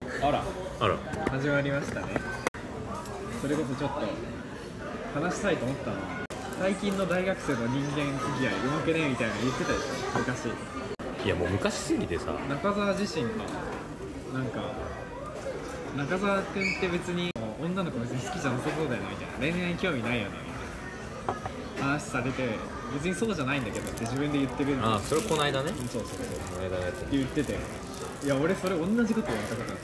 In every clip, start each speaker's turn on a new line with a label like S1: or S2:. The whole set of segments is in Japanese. S1: あら
S2: あら
S1: 始まりましたねそれこそちょっと話したいと思ったのは最近の大学生の人間付き合いうまくねみたいなの言ってたでしょ昔
S2: いやもう昔すぎてさ
S1: 中澤自身がなんか中澤君って別に女の子別に好きじゃなさそうだよなみたいな恋愛に興味ないよなみたいな話されて別にそうじゃないんだけどって自分で言ってるん
S2: あそれこの間ね
S1: そうそうそうって
S2: この間のやつ
S1: 言ってていや俺それ同じこと言われたから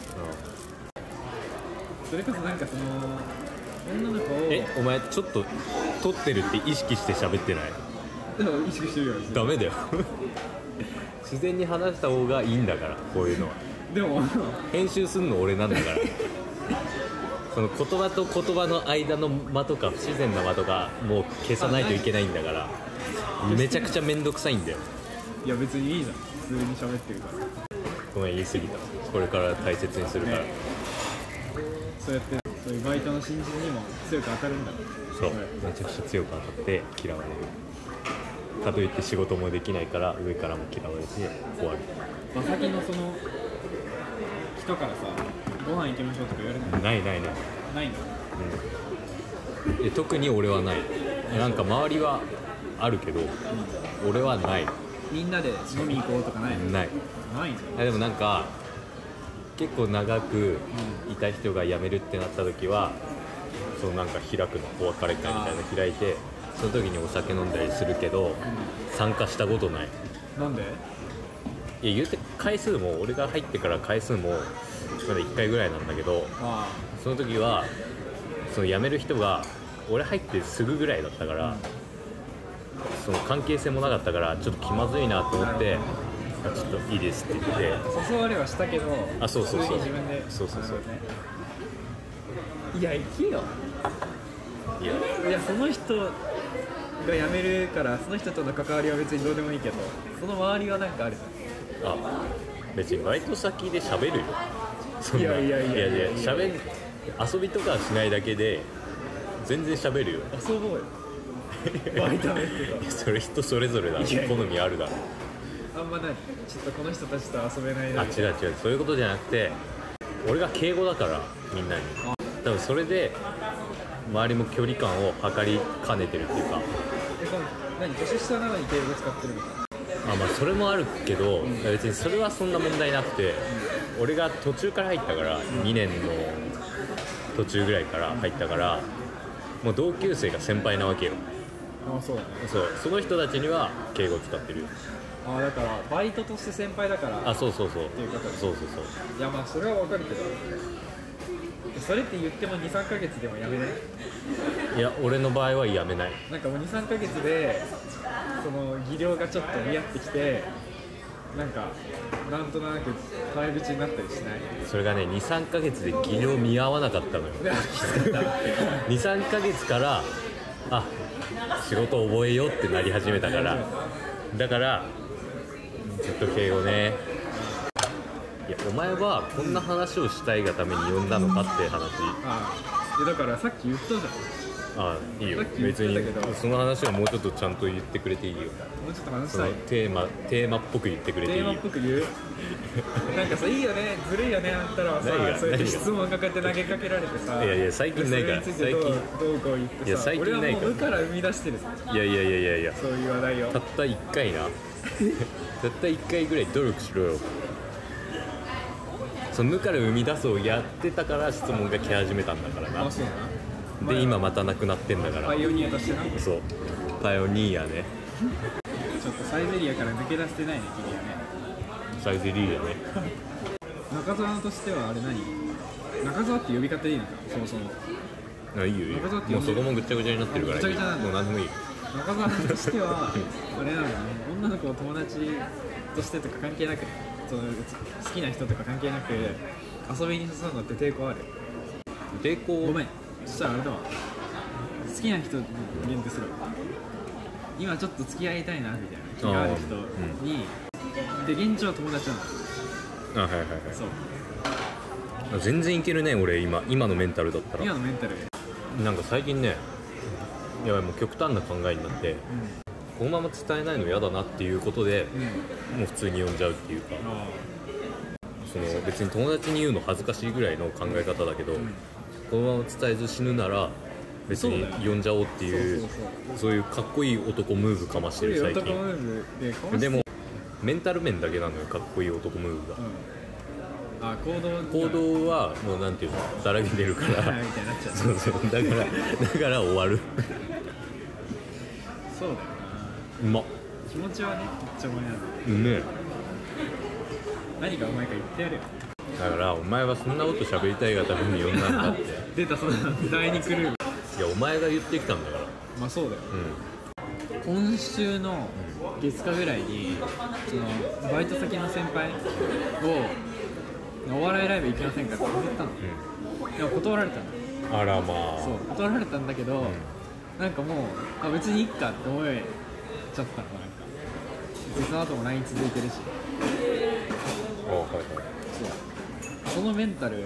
S1: それこそなんかその女の子を
S2: えお前ちょっと撮ってるって意識して喋ってない
S1: でも意識してるよ
S2: ダメだよ 自然に話した方がいいんだからこういうのは
S1: でも
S2: 編集すんの俺なんだからその言葉と言葉の間の間とか不自然な間とかもう消さないといけないんだからめちゃくちゃ面倒くさいんだよ
S1: いや別にいいじゃん普通に喋ってるから
S2: ごめん言い過ぎたこれから大切にするから、
S1: ねそうやってそういうバイトの新人にも強く当たるんだ
S2: そう
S1: はい
S2: めちゃくちゃ強く当たって嫌われるかといって仕事もできないから上からも嫌われて終わる
S1: 馬先のその人からさご飯行きましょうとか言われるの
S2: ないないない、
S1: ないんだ
S2: うん、で特に俺はないなんか周りはあるけど俺はない
S1: みんなで飲み行こうとかないの
S2: ない
S1: ないんだ
S2: あでもなんか結構長くいた人が辞めるってなった時はそのなんか開くのお別れ会みたいなの開いてその時にお酒飲んだりするけど参加したことない
S1: なんで
S2: いや言うて回数も俺が入ってから回数もまだ1回ぐらいなんだけど
S1: あ
S2: その時はその辞める人が俺入ってすぐぐらいだったから、その関係性もなかったからちょっと気まずいなと思ってあちょっといいですって言って
S1: あ誘われはしたけど
S2: あそうそうそう
S1: 普通に自分で
S2: そうそうそ
S1: な
S2: う
S1: るほどねいや行きよ
S2: いや
S1: いやその人が辞めるからその人との関わりは別にどうでもいいけどその周りはなんかあるじ
S2: あ別にバイト先で喋るよそんない
S1: やいやいや
S2: いやいや喋ん遊びとかはしないだけで全然喋るよ
S1: ゃん遊ぼうよバイトの人
S2: いやそれ人それぞれだろ
S1: いやいや
S2: 好みあるだろ
S1: とあんまないちょっとこの人たちと遊べないな
S2: あ
S1: みた
S2: 違
S1: いう
S2: 違うそういうことじゃなくて俺が敬語だからみんなに
S1: あ
S2: 多分それで周りも距離感を測りかねてるっていうか
S1: な何年下なのに敬語使ってるみたいな
S2: あまあそれもあるけど、別にそれはそんな問題なくて、俺が途中から入ったから2年の途中ぐらいから入ったからもう同級生が先輩なわけよ
S1: あそうだね
S2: そうその人たちには敬語使ってるよ
S1: あだからバイトとして先輩だから
S2: あそうそうそう
S1: ていうこと
S2: そうそうそう
S1: いやまあそれはわかるけどそれって言っても23ヶ月でもやめない
S2: いや俺の場合はやめない
S1: なんかもう23ヶ月でその技量がちょっと見合ってきてなんかなんとなく早口になったりしない
S2: それがね23ヶ月で技量見合わなかったのよ
S1: できつかった
S2: 23ヶ月からあ仕事覚えようってなり始めたからだからずっと敬語ねいやお前はこんな話をしたいがために呼んだのかって話
S1: ああだからさっき言ったじゃん
S2: あいいよ
S1: さっき言っ
S2: 別
S1: て
S2: に
S1: たけど
S2: その話はもうちょっとちゃんと言ってくれていいよ
S1: もうちょっと話し
S2: そ
S1: た
S2: の
S1: い
S2: テーマテーマっぽく言ってくれ
S1: テ
S2: ていい
S1: ーマっ
S2: よ
S1: ぽく 言うなんかさいいよねずるいよねあんたらはさ
S2: 何が
S1: そうやって
S2: 何が
S1: 質問かけて投げかけられてさ
S2: いやいや最近ないから
S1: それについてどう
S2: 最
S1: どうこう言ってさ
S2: いや最近ないから
S1: 俺はもう無から生み出してるさ
S2: いやいやいやいやいや
S1: そういう話題を
S2: たった1回なたった1回ぐらい努力しろよその無から生み出すをやってたから質問が来始めたんだからな
S1: 楽しいな
S2: で今またなくなってんだから
S1: パイオニアとしてなちょ
S2: そうパイオニーやね
S1: っとサイゼリアから抜け出してないね君はね
S2: サイズリーやね
S1: 中澤としてはあれ何中澤って呼び方でいいのかそもそも
S2: あいいよいいよ
S1: 中澤って
S2: も
S1: 呼
S2: うん
S1: で
S2: そ
S1: る
S2: こもぐちゃぐちゃになってるからいい
S1: ぐちゃぐちゃなんだ
S2: もう何でもいいよ
S1: 中澤としてはあれなのね女の子を友達としてとか関係なくその好きな人とか関係なく遊びに誘うのって抵抗ある
S2: 抵抗
S1: ごめんそしたらあれだわ好きな人に限定するわ今ちょっと付き合いたいなみたいな気がある人に、で現状は友達なの
S2: あはいはいはい
S1: そう
S2: あ全然いけるね俺今今のメンタルだったら
S1: 今のメンタル
S2: なんか最近ねやばいもう極端な考えになって
S1: う
S2: このまま伝えないの嫌だなっていうこと
S1: ん
S2: で
S1: うん
S2: もう普通に呼んじゃうっていうか
S1: あ
S2: その別に友達に言うの恥ずかしいぐらいの考え方だけど、このまま伝えず死ぬなら別に呼んじゃおうっていう
S1: そうそうそう
S2: そういうかっこいい男ムーブかまして
S1: そう
S2: る
S1: いう
S2: 最
S1: 男ムー
S2: 近
S1: ブでこの人
S2: でもメンタル面だけなのよかっこいい男ムーブ
S1: うん
S2: が
S1: あ行動
S2: 行 動はもうなんていうのだらけてるから
S1: みたいになっちゃう
S2: そうそうだからだから終わる
S1: そうだよ
S2: うまっ
S1: な気持ちはねめっちゃ思いなの
S2: うめえ
S1: 何がうまいか言ってやるよ
S2: だからお前はそんなこと喋りたいがために呼んだんだってい
S1: 出たその第2クルーブ
S2: やお前が言ってきたんだから
S1: まあそうだよ
S2: う
S1: 今週の月火ぐらいにそのバイト先の先輩をお笑いライブ行きませんかって言ったの
S2: ん
S1: でも断られたの
S2: うんあらまあ
S1: そう断られたんだけど、なんかもうあ別にいっかって思えちゃったのなんか別にその後も LINE 続いてるし
S2: あはいはい
S1: そうそのメンタル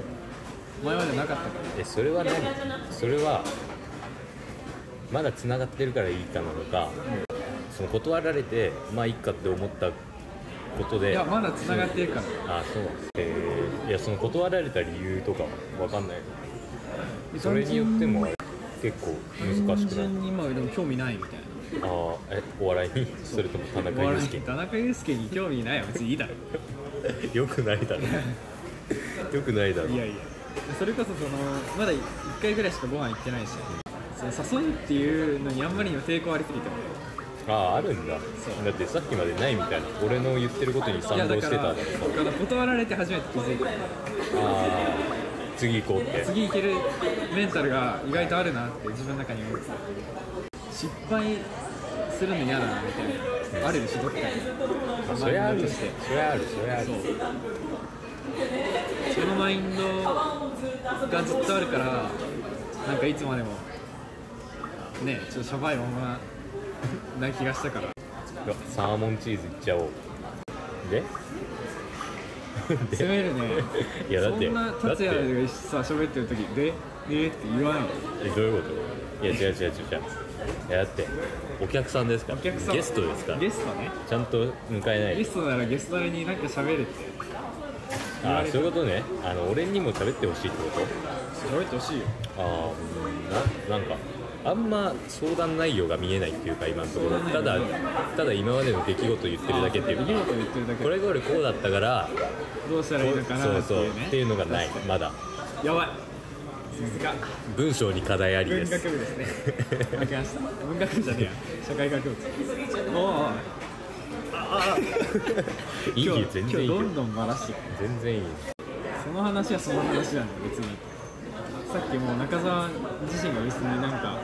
S1: 前までなかったから
S2: えそれは何それはまだつながってるからいいかなのか、その断られてまあいいかって思ったこと
S1: い
S2: で
S1: や
S2: あ
S1: まだつながってるから
S2: そうなんですえーいやその断られた理由とかわかんないそれによっても結構難
S1: 単
S2: しくない
S1: 純に今でも興味ないみたいな
S2: あーえお笑いにそれとも田中
S1: お
S2: 裕
S1: 笑い
S2: 介
S1: 田中裕介に興味ないは別にいいだろ
S2: によくない だろよくないだろ
S1: いやいやそれこそそのまだ1回ぐらいしかご飯行ってないしその誘うっていうのにあんまりにも抵抗ありすぎても
S2: あああるんだ
S1: そう
S2: だってさっきまでないみたいな俺の言ってることに賛
S1: いや
S2: 同
S1: だ
S2: し
S1: か
S2: てた
S1: ら
S2: んだけど
S1: だから断られて初めて気づいた
S2: あー次行こうって
S1: 次いけるメンタルが意外とあるなって自分の中に思ってた失敗するの嫌だなみたいなあるでしょどっかに
S2: まあそれあ
S1: マ
S2: る
S1: インド
S2: ね
S1: として
S2: それあるそれある
S1: そのマインドがずっとあるからなんかいつまでもねちょっとしゃばいままな気がしたから
S2: うわサーモンチーズいっちゃおうで
S1: 攻めるね
S2: いやだって
S1: そんな
S2: だっ
S1: 達
S2: て
S1: 也がさ喋ってる時で「えっ?」て言わない
S2: えどういうこといや違う違う違う違ういやだってお客さんですから
S1: お客さん
S2: ゲストですから
S1: ゲストね
S2: ちゃんと迎えない
S1: ゲ
S2: と
S1: ストならゲストなりになんか喋るって
S2: ああそういうことねあの俺にも喋ってほしいってこ
S1: 喋
S2: と
S1: ってほしいよ
S2: ああななんかあんま相談内容が見えないっていうか今のところた
S1: 相談
S2: だ
S1: 内容
S2: ただ今までの出来事言ってるだけっていう
S1: 出来
S2: か
S1: 事言ってるだけ
S2: これこれこうだったから
S1: どうしたらいいのかな
S2: そう
S1: って
S2: そう
S1: いうね
S2: っていうのがないまだ
S1: やばいさすが
S2: 文章に課題ありで
S1: 文
S2: す
S1: 学部ですね負けました文学部じゃねえや社会学部おうおう
S2: いい
S1: 今
S2: よ
S1: 日
S2: 全
S1: 今
S2: 然い
S1: 日
S2: いよ
S1: どんどんばらしてく
S2: 全然いいよ
S1: その話はその話なんだ別にさっきもう中澤自身が別になんか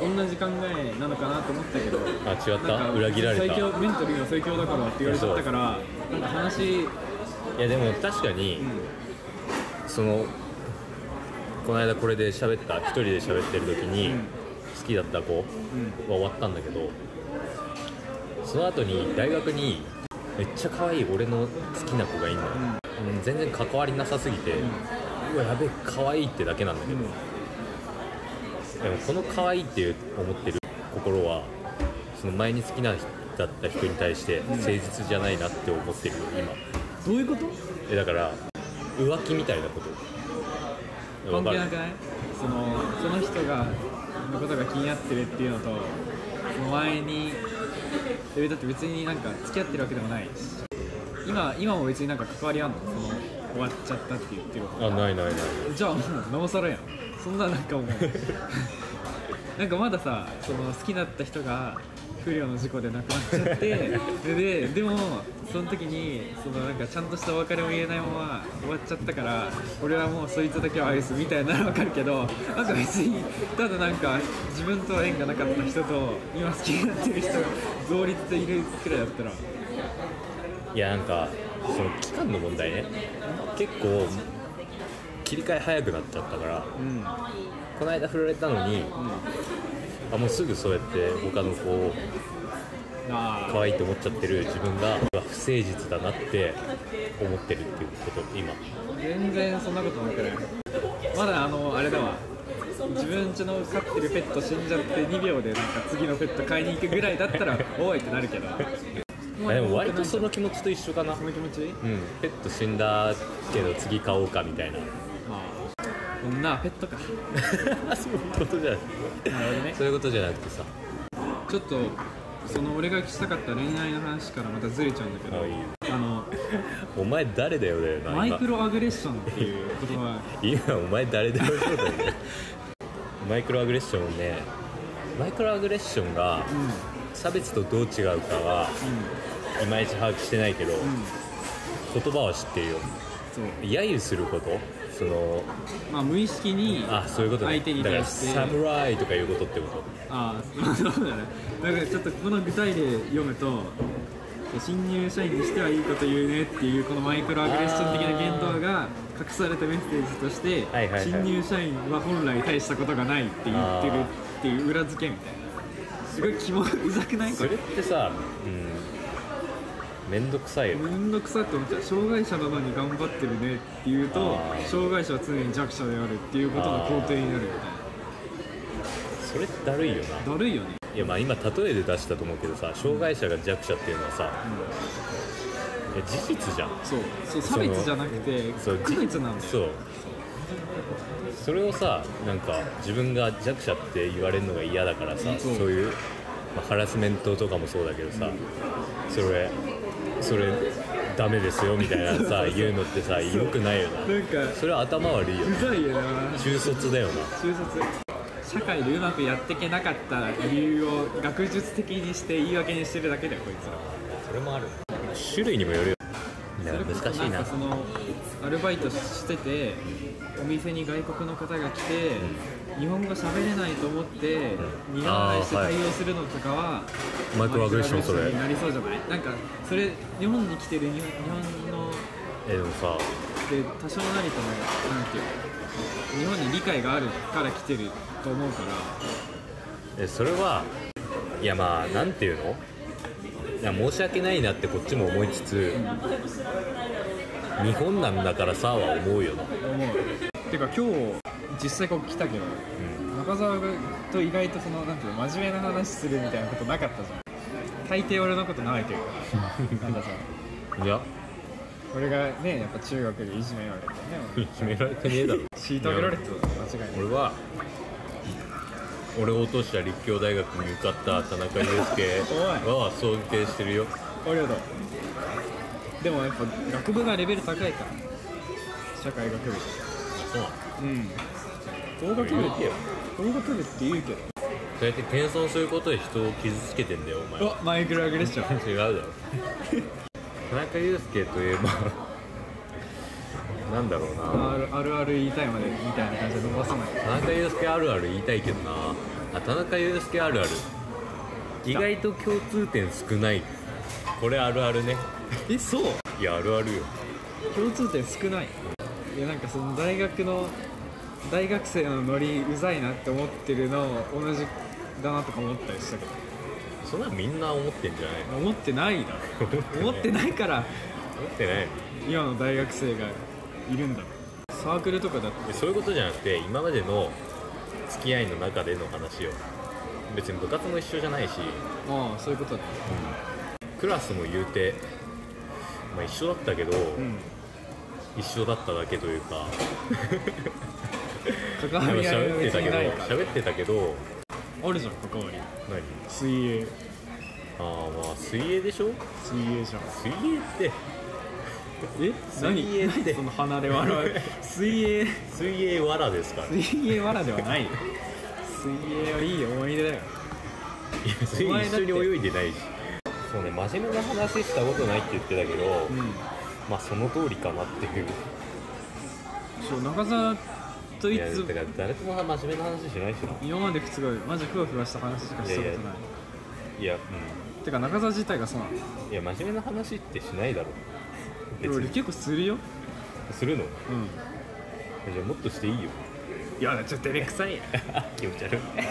S1: 同じ考えなのかなと思ったけど
S2: あ
S1: な
S2: 違っ
S1: んか
S2: た裏切られた
S1: 最強メンタルが最強だからって言われちゃったからなんか話、うん、
S2: いやでも確かにそのこの間これで喋った一人で喋ってる時に
S1: うん
S2: 好きだった子は終わったんだけどその後に大学にめっちゃ可愛い俺の好きな子がいんのよ、うん全然関わりなさすぎて、うわやべえ可愛いってだけなんだけ
S1: うん
S2: ど、
S1: うん
S2: でもこの可愛いっていう思ってる心はその前に好きな人だった人に対して誠実じゃないなって思ってるよ今
S1: どういうこと
S2: えだから浮気みたいなこと
S1: 関係な
S2: わ
S1: く
S2: かる
S1: ないそのその人がのことが気になってるっていうのとその前にえだって別になんか付き合ってるわけでもないし今今も別になんか関わりあんのその終わっちゃったって言ってること
S2: あないないない
S1: じゃあもうなおさらやんそんななんかもう なんかまださその好きだった人が不良の事故で亡くなっちゃってででもその時にそのなんかちゃんとしたお別れを言えないまま終わっちゃったから俺はもうそいつだけを愛すみたいなのはわかるけどなんか別にただなんか自分とは縁がなかった人と今好きになってる人が同率でいるくらいだったら
S2: いやなんかその期間の問題ね結構切り替え早くなっちゃったから
S1: うん
S2: この間振られたのに
S1: うん
S2: あもうすぐそうやって他の子を
S1: あ
S2: 可愛いと思っちゃってる自分がうわ不誠実だなって思ってるっていうこと今
S1: 全然そんなことなくないまだあのあれだわ自分家の飼ってるペット死んじゃって2秒でなんか次のペット買いに行くぐらいだったらおいってなるけども
S2: でも割とその気持ちと一緒かな
S1: その気持ち
S2: うんペット死んだけど次買おうかみ たいな
S1: ああこんなペットか
S2: そういうことじゃなくて
S1: なるほどね
S2: そういうことじゃなくてさ
S1: ちょっとその俺が聞きたかった恋愛の話からまたずれちゃうんだけど
S2: あいいよ
S1: あの
S2: お前誰だよだよな
S1: マイクロアグレッションっていう言葉
S2: 今今お前誰だよそうだよ ねマイクロアグレッションねマイクロアグレッションが
S1: うんうん
S2: 差別とどう違うかはいまいち把握してないけど、
S1: うん
S2: 言葉は知ってるよ
S1: そう
S2: 揶揄することその
S1: まあ無意識に
S2: あそういうことね
S1: 相手に
S2: だから
S1: 対して
S2: サムライとかいうことってこと
S1: ああそうだねだからちょっとこの具体例読むと新入社員にしてはいいこと言うねっていうこのマイクロアグレッション的な言動が隠されたメッセージとして、
S2: はいはいはい
S1: 新入社員は本来大したことがないって言ってるっていう裏付けみたいなすごい気もうざくないこ
S2: そ
S1: れ
S2: れってさうんめんどくさいよね
S1: めんどくさって思っちゃう障害者なのに頑張ってるねっていうと
S2: あー
S1: 障害者は常に弱者であるっていうことの肯定になるみたい
S2: それってだるいよな
S1: なだるいよね、
S2: いやまあ今例えで出したと思うけどさ障害者が弱者っていうのはさ
S1: うん
S2: いや事実じゃん
S1: そうそう差別じゃなくて
S2: そう
S1: 区別なんだよ
S2: そうそれをさなんか自分が弱者って言われるのが嫌だからさ
S1: そ
S2: そうういう、まあハラスメントとかもそうだけどさ、それそれダメですよみたい なさ言うのってさよくないよな
S1: なんか
S2: それは頭悪いよ
S1: うざいよな
S2: 中卒だよな
S1: 中卒社会でうまくやってけなかった理由を学術的にして言い訳にしてるだけだよこいつら
S2: それもある種類にもよるよいや
S1: それこそ
S2: 難しい
S1: ん
S2: な
S1: かそのアルバイトしててお店に外国の方が来て、日本語喋れないと思って
S2: うん
S1: 苦笑いして
S2: あーはい
S1: 対応するのとかは、
S2: マイクロアグレッションそれ
S1: マイクロアグレッションになりそうじゃないなんかそれ日本に来てる日本日本の
S2: えでもさ
S1: で多少なりともなんていうの日本に理解があるから来てると思うから
S2: えそれはいやまあなんていうのいや申し訳ないなってこっちも思いつつ日本なんだからさは思うよな、
S1: 思うてか今日実際ここ来たけど中澤と意外とそのなんていうの真面目な話するみたいなことなかったじゃん大抵俺のこと舐めてる からなんかさ
S2: うん、いや
S1: 俺がねやっぱ中学でいじめられてね俺
S2: 決められてねえだろ
S1: 虐げられてたから間違いない
S2: 俺は俺を落とした立教大学に受かった田中裕介は尊敬してるよ
S1: ありがとうでもやっぱ学部がレベル高いから社会学部
S2: そうなの
S1: うん法学部
S2: 言うてよ
S1: 法学部って言うけど
S2: そうやって謙遜することで人を傷つけてんだよお前は
S1: あマイクロアグレッション
S2: 違うだろ田中裕介といえばなんだろうな
S1: あるあるある言いたいまでみたいな感じで伸ばさない
S2: 田中裕介あるある言いたいけどなあ田中裕介あるある意外と共通点少ないこれあるあるね
S1: えそう
S2: いやあるあるよ
S1: 共通点少ないいやなんかその大学の大学生のノリうざいなって思ってるの同じだなとか思ったりしたけど
S2: そんなのみんな思ってんじゃない
S1: 思って ないだろ
S2: の
S1: 思って
S2: ない
S1: ないから
S2: 思ってないの
S1: 今の大学生がいるんだろサークルとかだって
S2: でそういうことじゃなくて今までの付き合いの中での話を別に部活も一緒じゃないし
S1: ああそういうことだ
S2: クラスも言うて、まあ、一緒だったけど、
S1: うん
S2: 一緒だっただけというか
S1: 関わり合いは
S2: 喋って
S1: 別
S2: たけ
S1: に
S2: ど
S1: ないから
S2: 喋ってたけど
S1: あるじゃん関わり
S2: 何
S1: 水泳
S2: ああまあ水泳でしょ
S1: 水泳じゃん
S2: 水泳って
S1: え
S2: 水泳って
S1: 何その離れ笑い水泳
S2: 水泳わらですからい
S1: 水泳わらではないよ水泳はいい思い出だよ
S2: や水
S1: お
S2: 泳
S1: 前
S2: 一
S1: だ
S2: 緒
S1: って
S2: に泳いでないしそうね真面目な話したことないって言ってたけど、
S1: うん
S2: まあその通りかなっていう
S1: そう中澤と
S2: い
S1: い
S2: やだ
S1: つ
S2: から誰とも真面目な話しないしな
S1: 今まですごいマジふわふわした話しかしたことない
S2: いやいやいや
S1: てか中澤自体がそうなの
S2: うんいや真面目な話ってしないだろ別
S1: 俺
S2: に
S1: 結構するよ
S2: するの
S1: うん
S2: じゃあもっとしていいよ
S1: いやちょっと照れくさい
S2: 気持ち悪い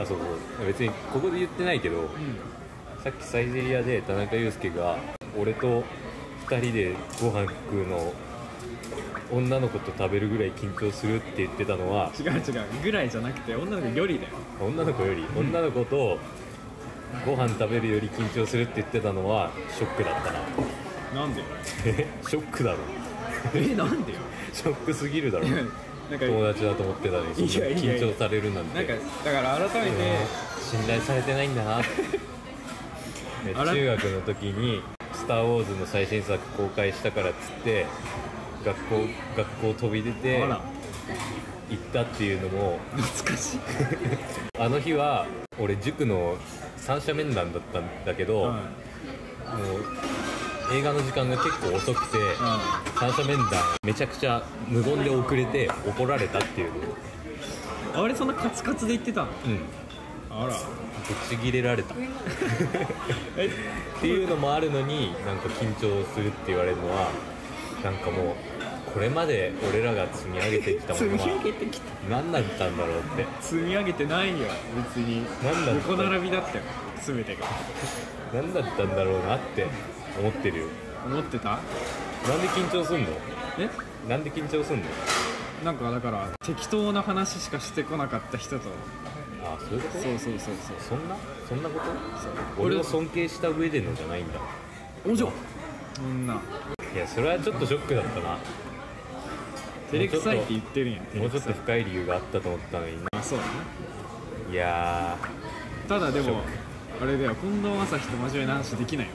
S2: あそうそう別にここで言ってないけど、
S1: う
S2: さっきサイゼリアで田中裕介が俺と2人でご飯食うの女の子と食べるぐらい緊張するって言ってたのは
S1: ん違う違うぐらいじゃなくて女の子よりだよ
S2: 女の子より女の子とご飯食べるより緊張するって言ってたのはショックだったな
S1: なんでよ
S2: えショックだろ
S1: えなんでよ
S2: ショックすぎるだろ
S1: なんか
S2: 友達だと思ってたのにそんない
S1: やいやいや
S2: 緊張されるなんて
S1: なんかだから改めて、
S2: 信頼されてないんだなね
S1: あら
S2: 中学の時に「スター・ウォーズ」の最新作公開したからっつって学校学校飛び出て
S1: あら
S2: 行ったっていうのも
S1: 懐かしい
S2: あの日は俺塾の三者面談だったんだけど、も
S1: は
S2: う映画の時間が結構遅くて、
S1: い
S2: 三者面談めちゃくちゃ無言で遅れて怒られたっていう、
S1: あれそんなカツカツで言ってたの
S2: うん、
S1: あら
S2: ぶち切れられた
S1: え
S2: っていうのもあるのになんか緊張するって言われるのはなんかもうこれまで俺らが積み上げてきたも
S1: 積
S2: の
S1: み上
S2: は
S1: げてきた
S2: 何だったんだろうって
S1: 積み上げてないよ別に
S2: 何だ
S1: 横
S2: っ
S1: 並びだったよ全てが
S2: た何だったんだろうなって思ってるよ
S1: 思ってた
S2: なんで緊張すんの
S1: え
S2: なんで緊張すんの
S1: なんかだから適当な話しかしてこなかった人と
S2: あそういうこ
S1: そ
S2: と
S1: うそうそう
S2: そんなそんなこと
S1: そう
S2: 俺を尊敬した上でのじゃないんだ
S1: お嬢そんない
S2: やそれはちょっとショックだったな
S1: 照れくさいって言ってるやん
S2: もうちょっ
S1: 照
S2: と
S1: れく
S2: 深い理由があったと思ったのに
S1: さいあそうだね
S2: いや
S1: ただで
S2: ショ
S1: も
S2: ッ
S1: あれだよ近藤正人と真面目な話できないよ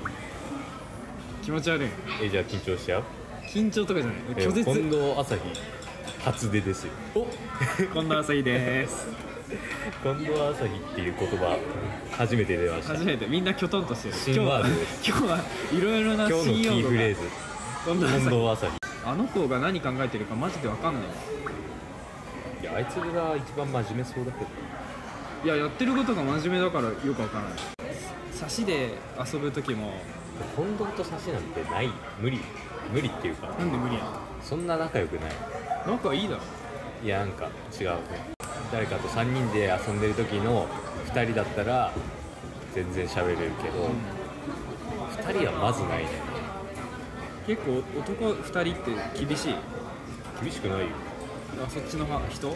S1: 気持ち悪いよ
S2: ーえじゃあ緊張しちゃう
S1: 緊張とかじゃない
S2: え
S1: 拒絶
S2: 近藤朝日初出ですよ
S1: お近藤浅井です
S2: 近藤朝日っていう言葉初めて出ました
S1: 初めてみんなきょとんとしてる
S2: 新ワードです
S1: 今日は今日はいろいろな
S2: 今日の
S1: 新
S2: キ
S1: 用
S2: ー
S1: 語
S2: フ
S1: が
S2: レーズ
S1: 近藤
S2: 近
S1: 浅井
S2: 藤朝日
S1: あの子が何考えてるかマジでわかんない
S2: いやあいつが一番真面目そうだけど
S1: いややってることが真面目だからよくわからない差しで遊ぶ時も
S2: 近藤と差しなんてない無理無理っていうか
S1: なんで無理やん
S2: そんな仲良くない
S1: 仲いいだろ
S2: いやなんか違うね誰かと3人で遊んでる時の2人だったら全然喋れるけど、2人はまずないね
S1: 結構男2人って厳しい
S2: 厳しくないよ
S1: あそっちの派人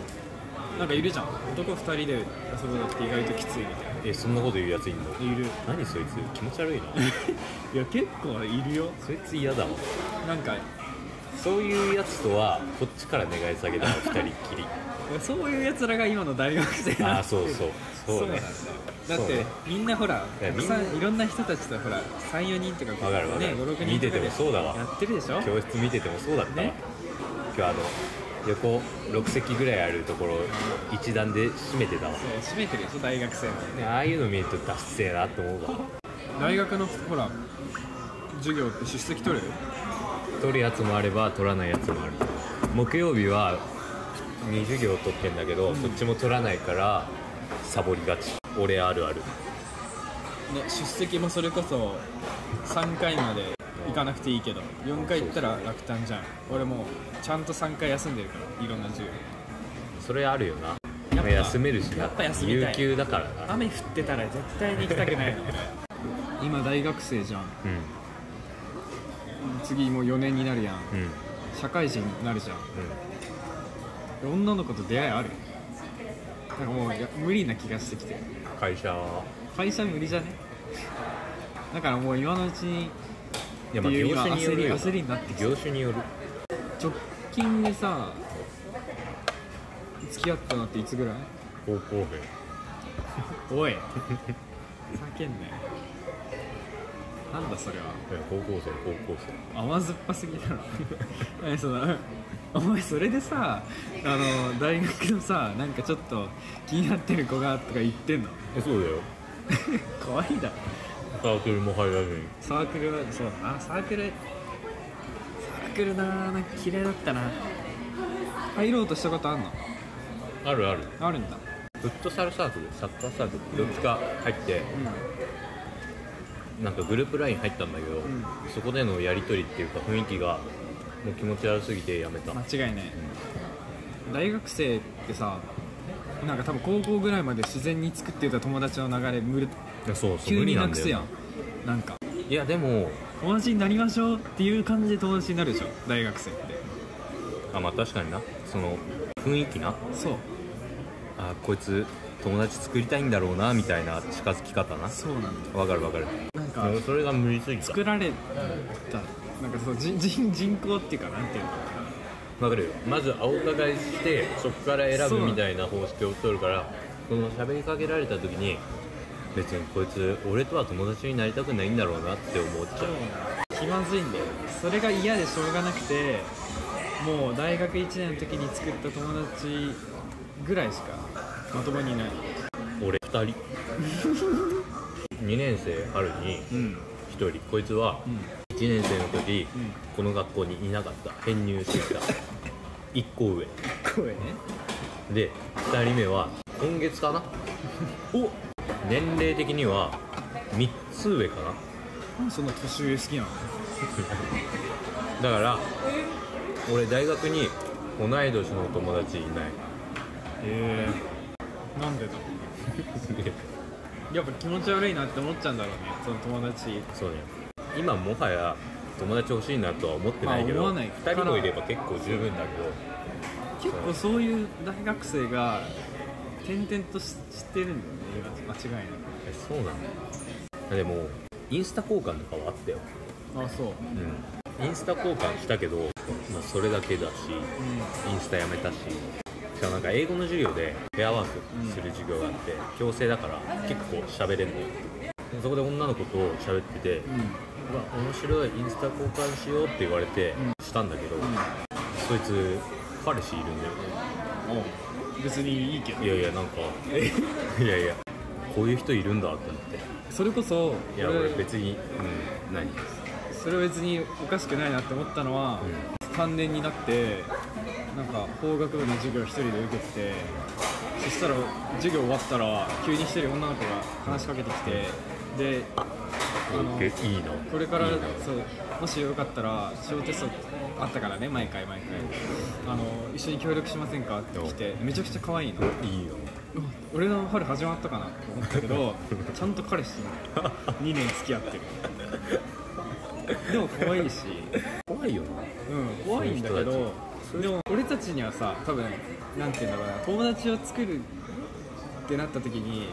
S1: なんかいるじゃん男2人で遊ぶのって意外ときついみたい
S2: えそんなこと言うやついん
S1: な
S2: の
S1: いる
S2: 何そいつ気持ち悪いな
S1: いや結構いるよ
S2: そいつ嫌だわ
S1: なんか
S2: そういうやつとはこっちから願い下げ たの2人っきり
S1: そういうやつらが今の大学生
S2: あ
S1: な
S2: あ
S1: んて
S2: そうそうそうね
S1: だっ
S2: そう
S1: て
S2: ね
S1: みんなほら
S2: いや
S1: たくさんいろんな人たちとほら34人とかこう
S2: わかるわかる
S1: ね56
S2: 見
S1: 人と
S2: て
S1: かで
S2: てもそうだわ
S1: やってるでしょ
S2: 教室見ててもそうだったわ、
S1: ね
S2: 今日あの横6席ぐらいあるところ一段で閉めてたわ
S1: そう閉めてるでしょ大学生の
S2: ねああいうの見るとダッセーなと思うわ
S1: 大学のほら授業って出席取る
S2: 取るやつもあれば取らないやつもある木曜日は2授業取ってんだけど、そっちも取らないからサボりがち俺あるある
S1: ね、出席もそれこそ3回まで行かなくていいけど4回行ったら落胆じゃん俺もうちゃんと3回休んでるからいろんな授業
S2: それあるよな
S1: やっぱ
S2: 休めるしな
S1: やっぱ休み
S2: 有
S1: たい
S2: 給だからな
S1: 雨降ってたら絶対に行きたくないの 今大学生じゃん
S2: うん
S1: 次もう4年になるやん
S2: うんうん
S1: 社会人になるじゃん女の子と出会いあるなんかもうや無理な気がしてきて
S2: 会社は
S1: 会社無理じゃね だからもう今のうちに
S2: いやまあ
S1: っていう
S2: 業
S1: 今
S2: 種によるよ
S1: 焦り焦りになってきた
S2: 業種による
S1: 直近でさ付き合ったのっていつぐらい
S2: 高校
S1: おい叫んなよなんだそれは
S2: 生高校生高校
S1: 甘酸っぱすぎだろ 何そのお前それでさあの大学のさなんかちょっと気になってる子がとか言って んの
S2: 生えそうだよ
S1: 可愛いだろ
S2: サークルも入らずに
S1: サークルはそうだなサークルサークルななんか嫌いだったな入ろうとしたことあんの
S2: あるある
S1: あるんだ
S2: フットサルサークルサッカーサークルどっちか入ってなんかグループライン入ったんだけ
S1: ん
S2: ど、そこでのやり取りっていうか雰囲気がもう気持ち悪すぎてやめた、
S1: 間違いない大学生ってさなんか多分高校ぐらいまで自然に作ってた友達の流れ無理
S2: やそうそう
S1: 急
S2: 無
S1: に
S2: 理な
S1: なんく
S2: だ
S1: すやん
S2: よ
S1: なんか
S2: いやでも
S1: 友達になりましょうっていう感じで友達になるでしょ大学生って
S2: あまあ確かになその雰囲気な
S1: そう
S2: あこいつ友達作りたいんだろうなみたいな近づき方な
S1: そうなんだ
S2: わかるわかる
S1: なん
S2: で
S1: か
S2: もそれが無理すぎた
S1: 作られたなんかそう人 人人口っていうかなんていうの
S2: わかるよまず青伺いしてそこから選ぶみたいな方式を取るからこの喋りかけられた時に別にこいつ俺とは友達になりたくないんだろうなって思っちゃう
S1: 気まずいんだよそれが嫌でしょうがなくてもう大学1年の時に作った友達ぐらいしかまともにいない
S2: 俺2人2年生春に
S1: うん
S2: 1人こいつは
S1: うん
S2: 1年生の時、
S1: うん
S2: この学校にいなかった編入してきた1個上
S1: 声ね
S2: で2人目は今月 かな
S1: お
S2: 年齢的には3つ上かな
S1: なんでそんな年上好きなの
S2: だから俺大学に同い年の友達 いない
S1: ええなんでだやっぱ気持ち悪いなって思っちゃうんだろうねその友達
S2: そうね今もはや友達欲しいなとは思ってない
S1: ま
S2: け
S1: あ
S2: ど、
S1: 思わない
S2: 2人もいれば結構十分だ
S1: 結構そういう大学生が転々とししてるんだよね今間違いな
S2: けどえそうなんだあでもインスタ交換とかはあったよ、
S1: くあそううん
S2: うん、インスタ交換したけど、まあ、それだけだしインスタやめたししかもなんか英語の授業でペアワークする授業があって、強制だから結構喋れんのよそこで女の子と喋ってて、
S1: うんうん
S2: うわ面白いインスタ交換しようって言われて
S1: う
S2: したんだけど、そいつ彼氏いるんだよ
S1: おう別にいいけど
S2: ねいやいやなんかいやいやこういう人いるんだって思って
S1: それこそ
S2: いや
S1: 俺
S2: 俺別にうん何
S1: それは別におかしくないなって思ったのは、3年になってなんか法学部の授業一人で受けててそしたら授業終わったら急に一人女の子が話しかけてきてであの
S2: えいいな
S1: これから
S2: いいな
S1: そうもしよかったら小テストあったからね毎回毎回あの一緒に協力しませんかって来てめちゃくちゃ可愛いの
S2: いいよ
S1: うわ俺の春始まったかなと思ったけどちゃんと彼氏と2年付き合ってるでも可愛いし
S2: 怖いよな
S1: うん怖いんだけ
S2: そういう
S1: どでも俺たちにはさ多分なんて言うんだろうな友達を作るってなった時に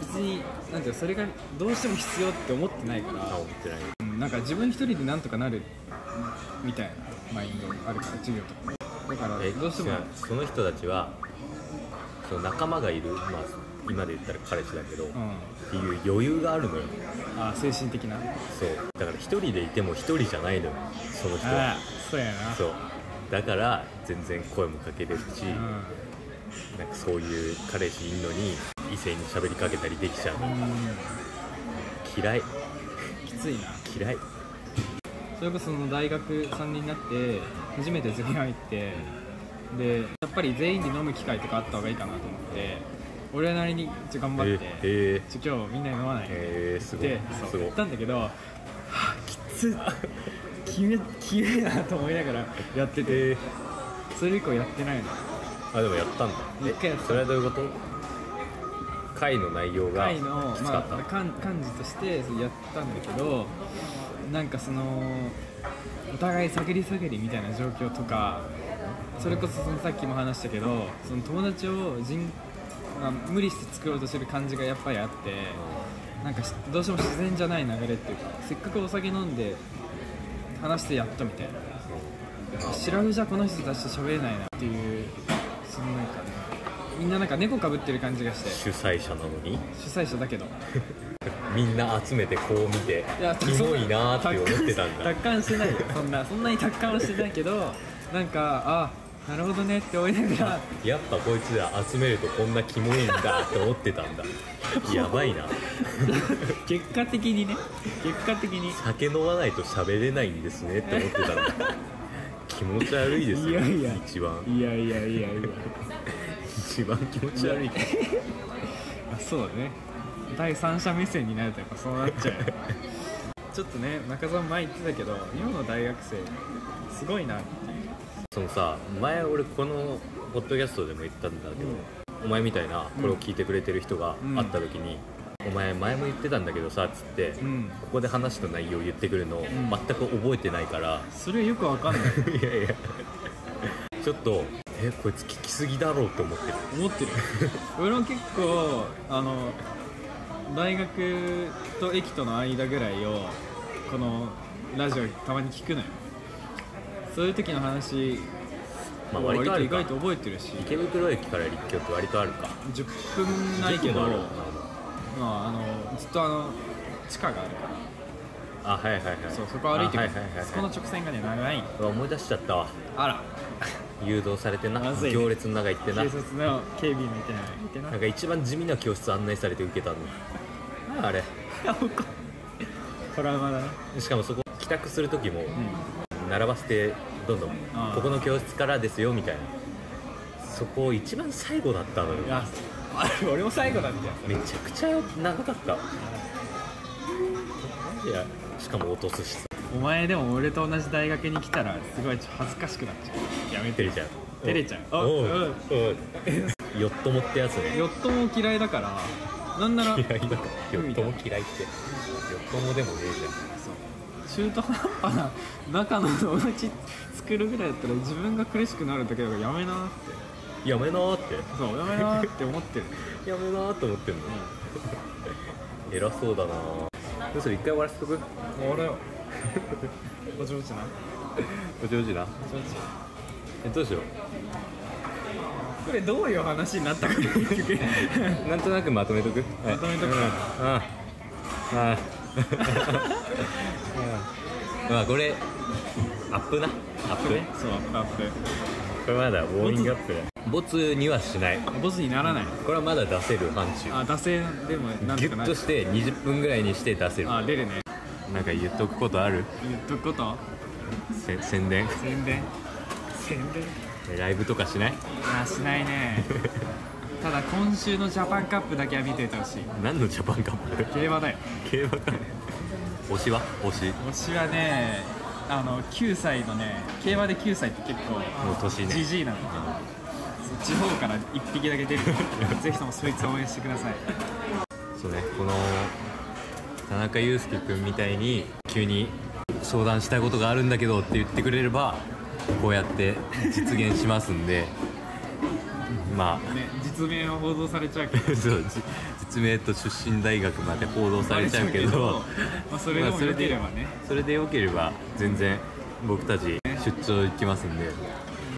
S1: 別になんていうのそれがどうしても必要って思ってないか
S2: あ
S1: ら
S2: 思ってない
S1: うんなんか自分一人でなんとかなるみたいなマインドあるから授業とかだから
S2: え
S1: どうしても
S2: 違うその人たちはその仲間がいる、まあ、今で言ったら彼氏だけど、
S1: う
S2: っ
S1: ん
S2: ていう余裕があるのよ
S1: あ精神的な
S2: そうだから一人でいても一人じゃないのよその人
S1: あ
S2: は
S1: あそうやな
S2: そうだから全然声もかけれるし、
S1: うん
S2: なんかそういう彼氏いんのに異性に喋りかけたりできちゃう嫌い
S1: きついな
S2: 嫌い
S1: それこそその大学3年になって初めてゼミ入ってでやっぱり全員で飲む機会とかあった方がいいかなと思って俺なりにちょ頑張って、
S2: えー、
S1: ちょ今日みんなに飲まないって
S2: えー、すごい
S1: そう
S2: すご
S1: 言
S2: い
S1: ったんだけど、はあ、きつ きめきれいなと思いながらやってて、
S2: え
S1: それ以降やってないの
S2: ー、あでもやったんだ
S1: 一回やった
S2: それはどういうこと会の内容がき
S1: 会
S2: つ
S1: の、
S2: かった、
S1: まあ、かん幹事としてそれやったんだけどなんかそのお互い探り探りみたいな状況とかそれこそそのさっきも話したけどその友達を人、まあ、無理して作ろうとしてる感じがやっぱりあってなんかしどうしても自然じゃない流れっていうかせっかくお酒飲んで話してやっとみたいな白フじゃこの人たちと喋れないなっていうそのなんかねみんななんか猫かぶってる感じがして
S2: 主催者なのに
S1: 主催者だけど
S2: みんな集めてこう見て
S1: いや
S2: キモいなーって思ってたんだ
S1: 達観してないよそんなそんなに達観はしてないけどなんかあなるほどねって思いながら
S2: やっぱこいつら集めるとこんなキモいんだって思って たんだやばいな
S1: 結果的にね結果的に
S2: 酒飲まないと喋れないんですねって思ってたんだ気持ち悪いですよ
S1: いやいや
S2: 一番
S1: いやいやいやいや
S2: 一番気持ち悪い
S1: あそうだね第三者目線になるとやっぱそうなっちゃうよねちょっとね中澤も前言ってたけど日本の大学生すごいなっていう
S2: そのさ前俺このポッドキャストでも言ったんだけど、お前みたいなこれを聞いてくれてる人が
S1: うん
S2: 会った時に、お前前も言ってたんだけどさっつって、
S1: うん
S2: ここで話した内容言ってくるの
S1: ん
S2: 全く覚えてないから、
S1: それはよくわかんない
S2: いやいやちょっとえこいつ聞きすぎだろうって思ってる
S1: 思って る俺も結構あの大学と駅との間ぐらいをこのラジオたまに聞くのよそういう時の話、
S2: まあ
S1: 割
S2: 割とあ
S1: と意
S2: るか
S1: 外と覚えてるし
S2: 池袋駅から立教って割とあるか
S1: 10分ないけど
S2: 駅もある
S1: まあ、あのずっとあの地下があるから
S2: あはいはいはい
S1: そうそこ歩いてく
S2: あ
S1: る
S2: はいはいはいはい
S1: そこの直線がね長いの
S2: うわ思い出しちゃったわ
S1: あら
S2: 誘導されてな
S1: まずいね
S2: 行列の中行ってな
S1: 警察の警備みたいなのいてな
S2: なんか一番地味な教室案内されて受けたのなんだあれ
S1: トラウマだな
S2: しかもそこ帰宅する時も
S1: うん
S2: 並ばせてどんどん
S1: あー
S2: ここの教室からですよみたいなそこ一番最後だったのよ
S1: いやあれ俺も最後だったよ
S2: めちゃくちゃ長かったマジやしかも落とすしさ
S1: お前でも俺と同じ大学に来たらすごい恥ずかしくなっちゃうやめ
S2: 照
S1: て
S2: れちゃう
S1: 照れちゃうあ
S2: おう
S1: うん
S2: おうよっともってやつね
S1: よっとも嫌いだからなんなら
S2: 嫌いだからよっとも嫌いってよっともでもねえ
S1: そう中途半端な中の友達作るぐらいだったら自分が苦しくなるだけだからやめなーって
S2: じゃんやめなーって
S1: そうやめなーって思ってる、
S2: やめなーって思ってんの
S1: う
S2: 偉そうだなどうする一回終わらせとく
S1: ん、俺よお上手な
S2: お上手な
S1: お上手
S2: えどうしよ
S1: これどういう話になったか結局
S2: うなんとなくまとめとく
S1: まとめとく
S2: うんうんああまあこれアップなアップね
S1: そうアップアッ
S2: これまだウォーミングアップだボツにはしない
S1: プボスにならない
S2: これはまだ出せる範疇
S1: あ惰性でもなん
S2: ギ
S1: とか
S2: ュッ
S1: な
S2: と
S1: る
S2: して20分ぐらいにして出せる
S1: あ出るね
S2: なんか言っとくことある
S1: 言っとくこと
S2: せ宣伝
S1: 宣伝宣伝
S2: ライブとかしない
S1: あしないねただ今週のジャパンカップだけは見ていてほしい
S2: 何のジャパンカップ
S1: 競馬だよ
S2: 競馬か推しは推し
S1: 推しはねあの9歳のね競馬で9歳って結構
S2: もう年ね
S1: じじいなの地方から1匹だけ出るからぜひともそいつを応援してください
S2: そうねこの田中裕介君みたいに急に相談したいことがあるんだけどって言ってくれればこうやって実現しますんで まあ
S1: ね実名を報道されちゃうけど
S2: そうじ実名と出身大学まで報道されちゃうけど
S1: まあ、それで
S2: ま
S1: も
S2: あそれ
S1: 出
S2: で
S1: てればね、
S2: それでよければ全然僕たち出張行きますんで